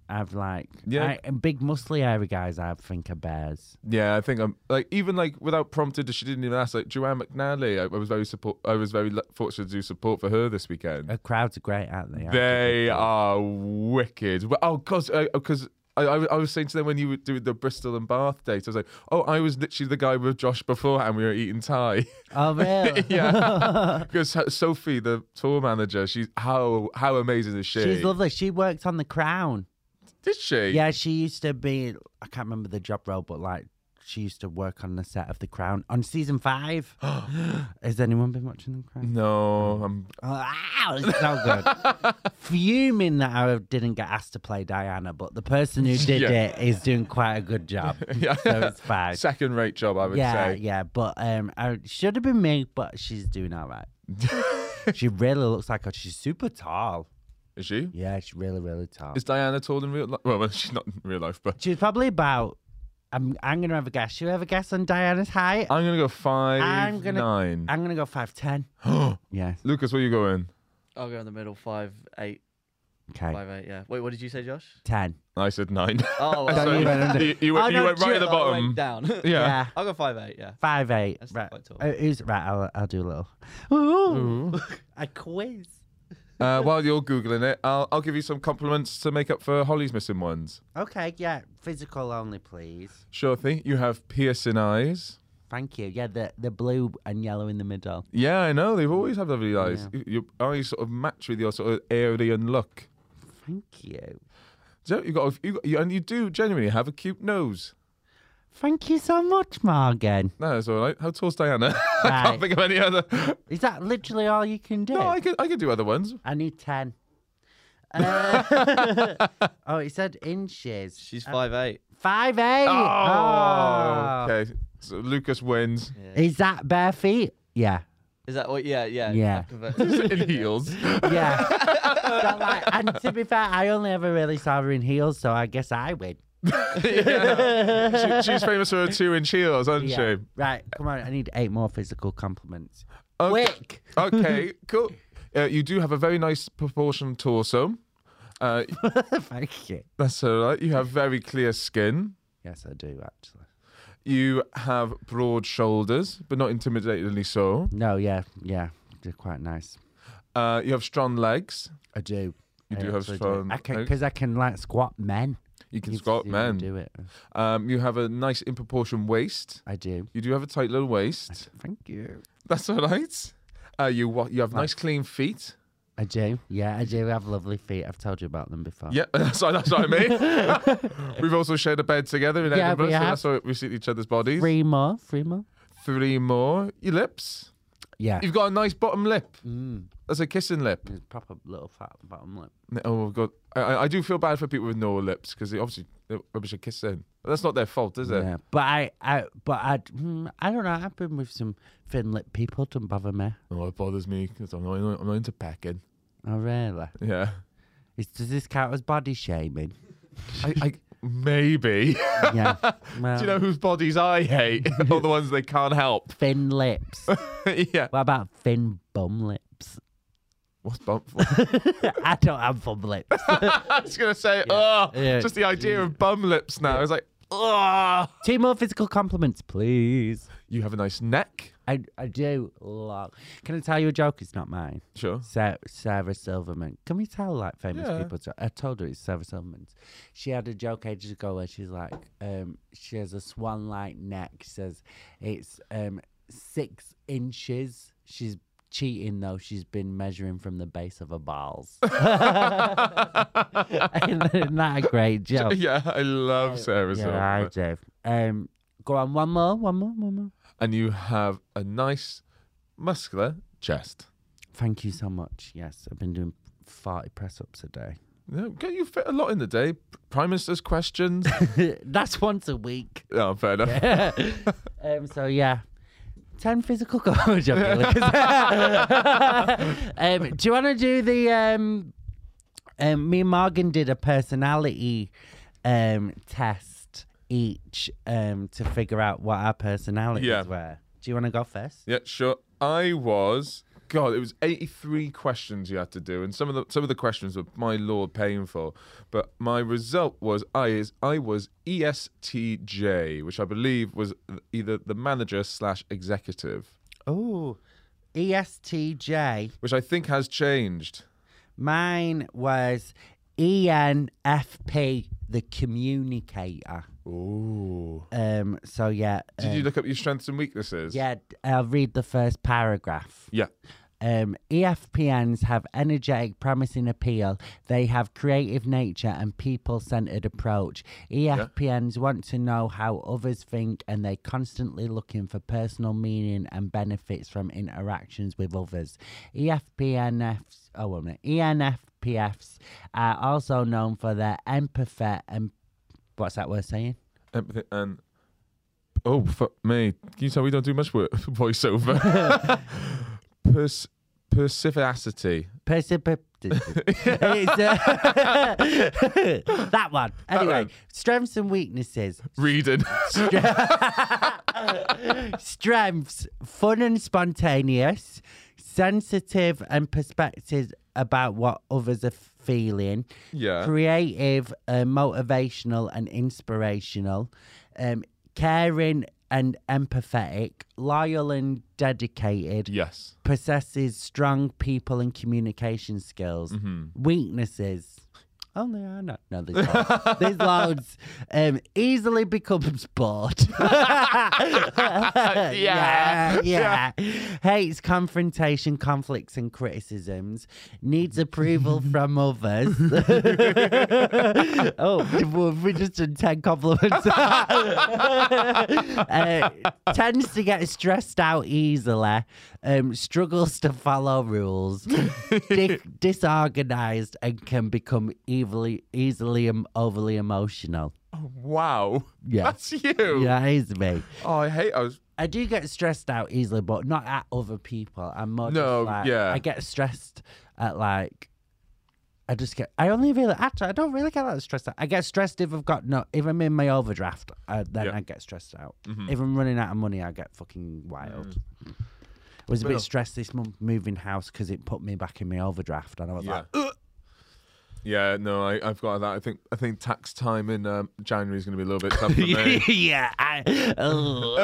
S2: I've like
S1: Yeah.
S2: I, and big muscly airy guys I think are bears.
S1: Yeah, I think I'm like even like without prompted, she didn't even ask. Like Joanne McNally, I, I was very support. I was very lu- fortunate to do support for her this weekend.
S2: The crowds are great, aren't they?
S1: They are wicked. Well, oh, cause because. I, I, I was saying to them when you were doing the Bristol and Bath date, I was like, oh, I was literally the guy with Josh beforehand. We were eating Thai.
S2: Oh really?
S1: yeah. Because Sophie, the tour manager, she's how how amazing is she?
S2: She's lovely. She worked on the Crown.
S1: Did she?
S2: Yeah, she used to be. I can't remember the job role, but like she used to work on the set of The Crown on season five. Has anyone been watching The Crown? Mm. Oh,
S1: No, I'm.
S2: Wow, it's so good. Fuming that I didn't get asked to play Diana, but the person who did
S1: Yeah.
S2: it is doing quite a good job.
S1: Yeah.
S2: So it's fine.
S1: Second rate job, I would
S2: yeah,
S1: say.
S2: yeah, but um, I should have been me, but she's doing all right. she really looks like her. She's super tall.
S1: Is she?
S2: Yeah, she's really, really tall.
S1: Is Diana tall in real life? Well, well, she's not in real life, but
S2: She's probably about. I'm. I'm gonna have a guess. Should we have a guess on Diana's height?
S1: I'm gonna go 5
S2: I'm gonna-
S1: 9
S2: I'm gonna go five ten. yeah.
S1: Lucas, where you going?
S3: I'll go in the middle, five eight,
S2: Okay.
S3: five eight. Yeah. Wait, what did you say, Josh?
S2: Ten.
S1: I said nine.
S3: Oh,
S2: Don't
S3: well,
S1: So
S2: you went under.
S1: you, you went-
S2: Oh,
S1: you
S2: no,
S1: went right at the
S3: I
S1: bottom.
S3: went down.
S1: Yeah.
S2: Yeah.
S3: I'll go five eight. Yeah.
S2: Five eight.
S3: That's
S2: right.
S3: not quite tall.
S2: Uh, who's right? I'll, I'll do a little. Ooh. a quiz.
S1: Uh, while you're googling it, I'll, I'll give you some compliments to make up for Holly's missing ones.
S2: Okay. Yeah. Physical only, please.
S1: Sure thing. You have piercing eyes.
S2: Thank you. Yeah. The the blue and yellow in the middle.
S1: Yeah, I know. They've always had lovely eyes. Y- Your eyes sort of match with your sort of Aryan look.
S2: Thank you.
S1: So you got, a- you got you, and you do genuinely have a cute nose.
S2: Thank you so much, Morgan.
S1: No, it's all right. How tall's Diana? I
S2: Right.
S1: can't think of any other.
S2: Is that literally all you can do?
S1: No, I could I could do other ones.
S2: I need 10. Uh, oh, it said inches.
S3: She's
S1: Uh,
S3: five eight.
S2: Five eight.
S1: Oh, okay. So Lucas wins
S2: Is that bare feet? Yeah.
S3: Is that what? Yeah, yeah.
S2: Yeah.
S3: I've converted.
S1: in heels.
S2: Yeah. So, like, and to be fair, I only ever really saw her in heels, so I guess I win.
S1: Yeah. she, she's famous for her two-inch heels, aren't
S2: Yeah.
S1: she?
S2: Right. Come on. I need eight more physical compliments.
S1: Okay.
S2: Quick.
S1: Okay, cool. Uh, you do have a very nice proportioned torso. Uh,
S2: Thank you.
S1: that's all right. You have very clear skin.
S2: Yes, I do, actually.
S1: You have broad shoulders, but not intimidatingly so.
S2: No, yeah. Yeah. They're quite nice.
S1: Uh, you have strong legs.
S2: I do.
S1: You
S2: I
S1: do have
S2: actually
S1: strong
S2: I can
S1: legs.
S2: because I can like squat men.
S1: You can
S2: You've
S1: squat
S2: seen me
S1: men.
S2: Do it.
S1: Um, you have a nice in proportion waist.
S2: I do.
S1: You do have a tight little waist.
S2: Thank you.
S1: That's all right. Uh, you wa- you have nice clean feet.
S2: I do. Yeah, I do have lovely feet. I've told you about them before.
S1: Yeah, that's, what- that's what I mean. We've also shared a bed together in
S2: Yeah,
S1: Edinburgh,
S2: we
S1: so
S2: have.
S1: that's why we've seen each other's bodies.
S2: Three more. Three more.
S1: Three more. Your lips.
S2: Yeah.
S1: You've got a nice bottom lip.
S2: Mm.
S1: That's a kissing lip.
S2: There's proper little fat bottom lip.
S1: N- Oh God, I- I, I do feel bad for people with no lips because they obviously they're rubbish at kissing. But that's not their fault, is it?
S2: Yeah, but I, I, but I, mm, I don't know. I've been with some thin lipped people. Don't bother me.
S1: Oh, it bothers me because I'm not, I'm not into pecking.
S2: Oh really?
S1: Yeah.
S2: Is, does this count as body shaming?
S1: I, I maybe.
S2: Yeah. Well,
S1: Do you know whose bodies I hate? All the ones they can't help.
S2: thin lips.
S1: yeah.
S2: what about thin bum lips?
S1: What's bump? For?
S2: I don't have bum lips.
S1: I was gonna say, oh,
S2: Yeah.
S1: just the idea of bum lips. Now I was like, oh.
S2: Two more physical compliments, please.
S1: You have a nice neck.
S2: I, I do love. Can I tell you a joke? It's not mine.
S1: Sure.
S2: Sarah, Sarah Silverman. Can we tell like famous
S1: Yeah.
S2: people? I told her it's Sarah Silverman's. She had a joke ages ago where she's like, um, she has a swan like neck. She says it's um, six inches. She's cheating though. She's been measuring from the base of her balls.
S1: Oh.
S2: Isn't that a great joke?
S1: Yeah, I love Sarah
S2: Yeah, I
S1: Silverman.
S2: do. Um, go on, one more, one more, one more.
S1: And you have a nice, muscular chest.
S2: Thank you so much. Yes, I've been doing 40 press ups a day.
S1: No, okay, you fit a lot in the day. Prime Minister's questions.
S2: That's once a week.
S1: oh, fair enough.
S2: um, so yeah, ten physical goals. I'm joking. um, do you want to do the? Um, um, me and Morgan did a personality um, test each um, to figure out what our personalities
S1: Yeah.
S2: were. Do you want to go first?
S1: Yeah, sure. I was God. It was eighty-three questions you had to do, and some of the some of the questions were my lord painful. But my result was I is I was E ESTJ, which I believe was either the manager slash executive,
S2: Oh, ESTJ.
S1: which I think has changed.
S2: Mine was E ENFP, the communicator.
S1: Ooh.
S2: Um, so yeah.
S1: Did
S2: um,
S1: you look up your strengths and weaknesses?
S2: Yeah, d- I'll read the first paragraph.
S1: Yeah.
S2: Um, EFPNs have energetic, promising appeal. They have creative nature and people-centered approach. E EFPNs want to know how others think, and they constantly looking for personal meaning and benefits from interactions with others. E EFPNFs, oh, wait a minute. ENFPFs are also known for their empathy and what's that word saying?
S1: Empathy and oh fuck me! Can you tell we don't do much work voiceover? Pers- perspicacity.
S2: Percipit. It's, uh, that one. Anyway,
S1: one.
S2: strengths and weaknesses.
S1: reading.
S2: Strengths: fun and spontaneous, sensitive and perspective about what others are feeling.
S1: Yeah.
S2: Creative, uh, motivational and inspirational, um, caring and empathetic, loyal and dedicated
S1: yes.
S2: possesses strong people and communication skills. Weaknesses. Oh no, I know. No, there's loads. there's loads. Um, easily becomes bored. yeah, yeah, Hates confrontation, conflicts, and criticisms. Needs approval from others. oh, we just done ten compliments. uh, tends to get stressed out easily, um, struggles to follow rules, di- disorganized, and can become easily, easily um, overly emotional.
S1: Wow.
S2: Yeah.
S1: That's you.
S2: Yeah, it is me.
S1: Oh, I hate. I was.
S2: I do get stressed out easily, but not at other people. I'm more
S1: No,
S2: just like,
S1: yeah.
S2: I get stressed at like. I just get. I only really actually. I don't really get that stressed out. I get stressed if I've got no. If I'm in my overdraft, uh, then
S1: Yeah. Mm-hmm.
S2: I get stressed out. If I'm running out of money, I get fucking wild. I
S1: Mm. But
S2: was a
S1: no.
S2: bit stressed this month moving house because it put me back in my overdraft, and I was
S1: Yeah.
S2: like,
S1: Yeah, no, I, I've got that. I think I think tax time in um, January is going to be a little bit tough for me.
S2: yeah, I, oh.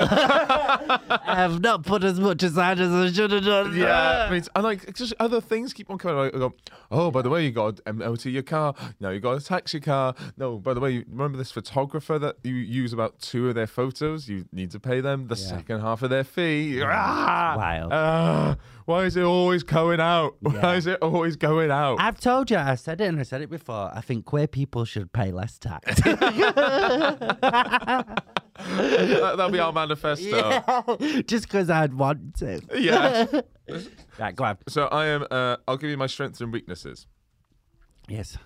S2: I've not put as much aside as I should have done.
S1: Yeah, Uh, I mean, it's- and like just other things keep on coming. Like, I go, oh, by the way, you got to MOT your car. No, you got to tax your car. No, by the way, you remember this photographer that you use about two of their photos? You need to pay them the second half of their fee. Ah!
S2: wild.
S1: Ah, why is it always going out? Why
S2: Yeah.
S1: is it always going out?
S2: I've told you, I said it and I said it before. I think queer people should pay less tax.
S1: that, will be our manifesto.
S2: Just because I'd want to.
S1: yeah.
S2: Right, go on.
S1: So I am. Uh, I'll give you my strengths and weaknesses.
S2: Yes.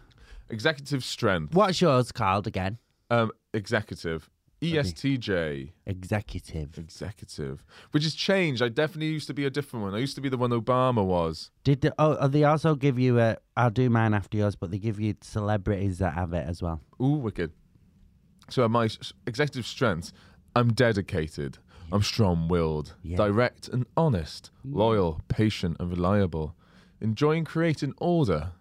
S1: Executive strength.
S2: What's yours called again?
S1: Um, executive. E ESTJ.
S2: Executive.
S1: Executive, which has changed. I definitely used to be a different one. I used to be the one Obama was.
S2: Did the, oh, oh, they also give you a? I'll do mine after yours, but they give you celebrities that have it as well.
S1: Ooh, wicked. So my s- executive strengths. I'm dedicated. I'm strong-willed,
S2: Yeah.
S1: direct and honest, loyal, patient and reliable. Enjoying creating order.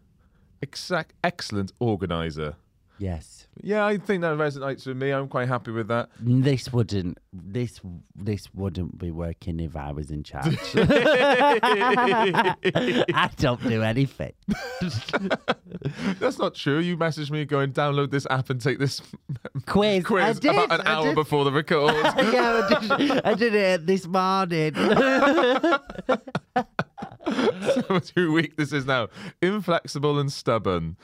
S1: Exact, excellent organizer.
S2: Yes.
S1: Yeah, I think that resonates with me. I'm quite happy with that.
S2: This wouldn't. This this wouldn't be working if I was in charge. I don't do anything.
S1: That's not true. You messaged me going, download this app and take this
S2: Quiz. I
S1: quiz
S2: did,
S1: about an
S2: I
S1: hour
S2: did.
S1: before the record.
S2: yeah, I did, I did it this morning.
S1: How too weak this is now. Inflexible and stubborn.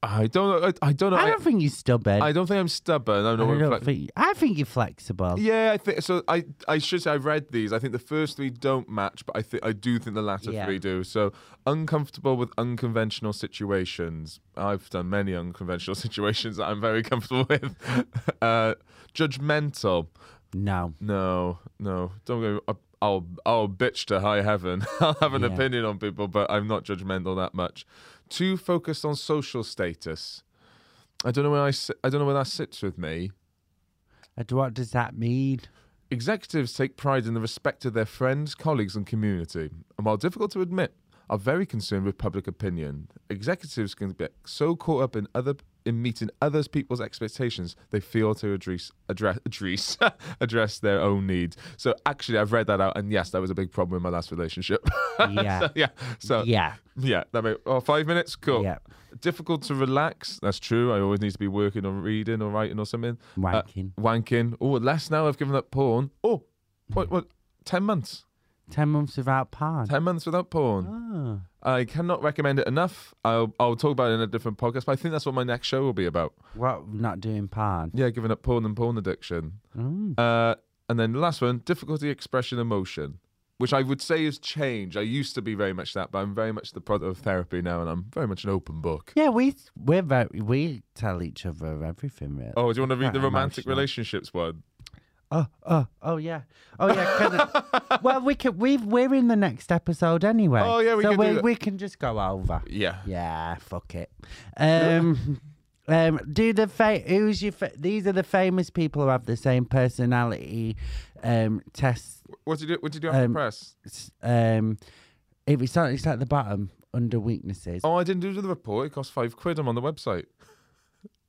S1: I don't know. I, I don't know.
S2: I don't think you're stubborn.
S1: I don't think I'm stubborn. I'm
S2: I
S1: not
S2: don't
S1: inflex-
S2: think. I think you're flexible.
S1: yeah, I think so. I, I should say I read these. I think the first three don't match, but I think I do think the latter
S2: Yeah.
S1: three do. So uncomfortable with unconventional situations. I've done many unconventional situations that I'm very comfortable with. Uh, judgmental.
S2: No.
S1: No, no, don't go. uh, I'll I'll bitch to high heaven. I'll have an
S2: Yeah.
S1: opinion on people, but I'm not judgmental that much. Too focused on social status. I don't know where I si- I don't know where that sits with me.
S2: And What does that mean?
S1: Executives take pride in the respect of their friends, colleagues, and community, and while difficult to admit, are very concerned with public opinion. Executives can get so caught up in other in meeting others people's expectations, they fail to address address address, address their own needs. So actually, I've read that out, and yes, that was a big problem in my last relationship.
S2: Yeah.
S1: So, yeah. So yeah,
S2: yeah.
S1: that made oh five minutes. Uh, Cool. Uh,
S2: Yeah.
S1: Difficult to relax. That's true. I always need to be working or reading or writing or something. Uh,
S2: Wanking.
S1: wanking. Oh, less now. I've given up porn. Oh, what? What? Ten months.
S2: Ten months without porn.
S1: Ten months without porn.
S2: Oh.
S1: I cannot recommend it enough. I'll I'll talk about it in a different podcast. But I think that's what my next show will be about.
S2: What? Not doing porn.
S1: Yeah, giving up porn and porn addiction.
S2: Mm.
S1: Uh, and then the last one, difficulty expressing emotion, which I would say is change. I used to be very much that, but I'm very much the product of therapy now, and I'm very much an open book.
S2: Yeah, we we're very, we tell each other everything. Really.
S1: Oh, do you want to read the
S2: Quite
S1: romantic
S2: emotional.
S1: relationships one?
S2: Oh, oh, oh, yeah, oh yeah. 'cause- well, we can. We we're in the next episode anyway.
S1: Oh, yeah, we
S2: so
S1: can do
S2: we
S1: that.
S2: we can just go over.
S1: Yeah.
S2: Yeah, fuck it. Um, um, do the fa- who's your fa- these are the famous people who have the same personality um tests.
S1: What did you What did you have
S2: Um,
S1: to press?
S2: Um, if it's not, it's at the bottom under weaknesses. Oh,
S1: Oh, I didn't do the report. It cost five quid. I'm on the website.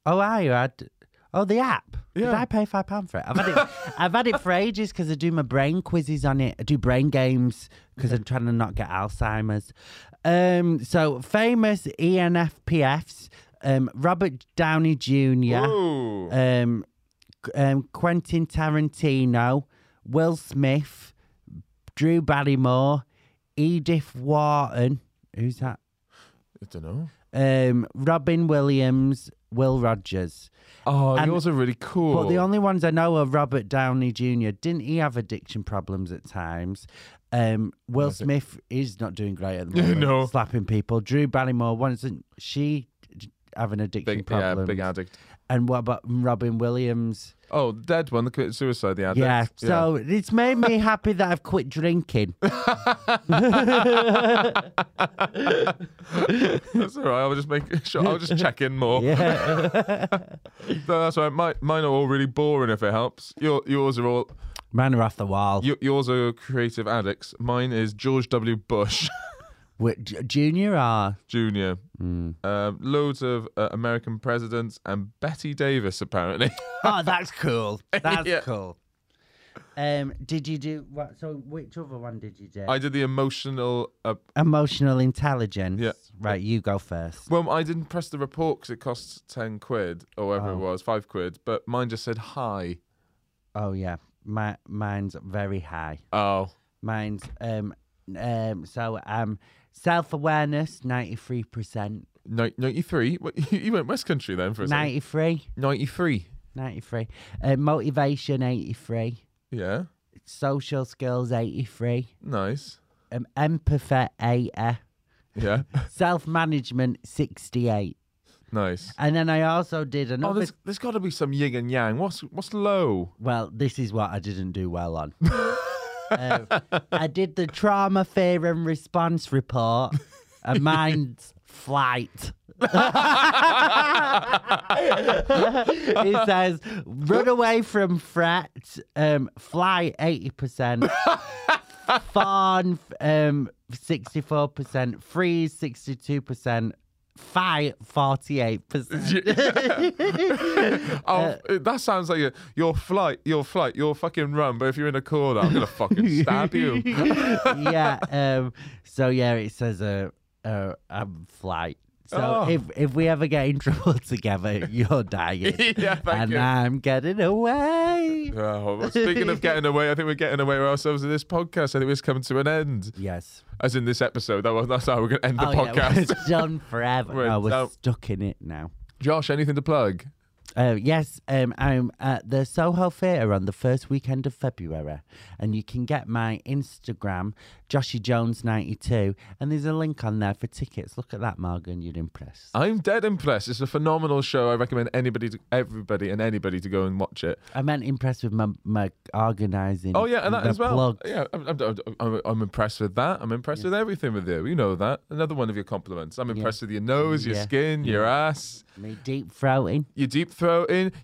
S2: I had. Oh, the app. Did
S1: Yeah.
S2: I pay five pound for it? I've had it. I've had it for ages because I do my brain quizzes on it. I do brain games because I'm trying to not get Alzheimer's. Um, so famous E ENFPs. Um, Robert Downey Jr.
S1: Ooh.
S2: um, Qu- um, Quentin Tarantino, Will Smith, Drew Barrymore, Edith Wharton, who's that?
S1: I don't know.
S2: Um, Robin Williams, Will Rogers.
S1: Oh,
S2: And-
S1: yours are really cool.
S2: But the only ones I know are Robert Downey Jr. Didn't he have addiction problems at times? Um, Will Smith is not doing great at the
S1: Yeah,
S2: moment.
S1: no.
S2: Slapping people. Drew Barrymore, wasn't she d- having addiction
S1: big, yeah,
S2: problems?
S1: big addict.
S2: and what about Robin Williams?
S1: Oh, the dead one, the committed suicide, the addict.
S2: Yeah, so it's made me happy that I've quit drinking.
S1: that's all right. I'll just make sure. I'll just check in more.
S2: Yeah.
S1: No, that's all right. My, mine are all really boring. If it helps, your yours are all
S2: Mine are off the wall.
S1: y- yours are creative addicts. Mine is George W. Bush
S2: Wi- j- junior or
S1: Junior.
S2: Mm.
S1: um, loads of uh, American presidents, and Betty Davis apparently.
S2: oh, that's cool. That's
S1: Yeah.
S2: cool. Um, did you do what? So, which other one did you do?
S1: I did the emotional. Uh,
S2: Emotional intelligence.
S1: Yeah.
S2: Right, you go first.
S1: well, I didn't press the report because it costs ten quid or whatever
S2: Oh.
S1: it was, five quid. But mine just said hi.
S2: Oh yeah, my mine's very high.
S1: Oh,
S2: Mine's um um so um self awareness ninety three percent.
S1: ni- 93? What, you went West Country then for a second.
S2: 93,
S1: 93.
S2: 93. Uh, motivation eighty three.
S1: Yeah,
S2: Social skills eighty three.
S1: nice.
S2: Um, empathy eighty.
S1: Yeah,
S2: Self management sixty eight.
S1: nice.
S2: And then I also did
S1: Oh,
S2: another.
S1: there's, there's got to be some yin and yang. What's what's low?
S2: Well, this is what I didn't do well on. Um, I did the trauma, fear, and response report, and mine's flight. it says run away from threat, um, fly 80%, fawn um, 64%, freeze 62%, fight Uh, 48%.
S1: Oh, it- Oh, that sounds like a, your flight, your flight, your fucking run. But if you're in a corner, I'm gonna fucking stab you.
S2: yeah. Um, so yeah, it says uh, uh, I'm flight. So
S1: Oh.
S2: if if we ever get in trouble together, you're dying,
S1: yeah, thank
S2: and
S1: you.
S2: I'm getting away.
S1: Oh, well, speaking of getting away, I think we're getting away with ourselves in this podcast. I think it's coming to an end,
S2: Yes.
S1: as in this episode. That was, that's how we're going to end the
S2: oh, Yeah,
S1: podcast.
S2: we're done forever.
S1: We're
S2: no, we're
S1: done.
S2: stuck in it now.
S1: Josh, anything to plug?
S2: Uh, yes, um, I'm at the Soho Theatre on the first weekend of February, and you can get my Instagram, Joshy Jones ninety two, and there's a link on there for tickets. Look at that, Morgan, you'd impress.
S1: I'm dead impressed. It's a phenomenal show. I recommend anybody, to, everybody, and anybody to go and watch it.
S2: I meant impressed with my, my organising.
S1: Oh yeah, and that
S2: the
S1: as well.
S2: plug.
S1: Yeah, I'm, I'm, I'm, I'm impressed with that. I'm impressed with everything with you. You know that. Another one of your compliments. I'm impressed with your nose, your
S2: Yeah.
S1: skin, your ass,
S2: Me deep throating.
S1: your deep throating.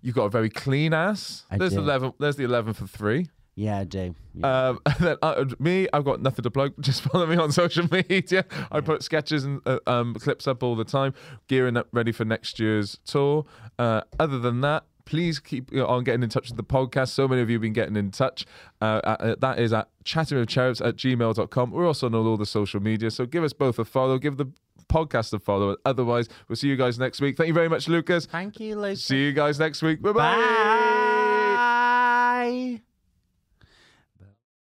S1: You've got a very clean ass.
S2: I
S1: there's
S2: do.
S1: eleven. There's the eleven for three.
S2: Yeah, I do. Yeah.
S1: Um, and then uh, me, I've got nothing to plug. Just follow me on social media. I put sketches and uh, um, clips up all the time, gearing up ready for next year's tour. Uh, other than that, please keep you know, on getting in touch with the podcast. So many of you have been getting in touch. Uh, uh, uh, that is at chatting with cherubs at gmail.com. We're also on all the social media. So give us both a follow. Give the podcast a follow. Otherwise, we'll see you guys next week. Thank you very much, Lucas.
S2: Thank you, Luke.
S1: See you guys next week. Bye-bye.
S2: Bye.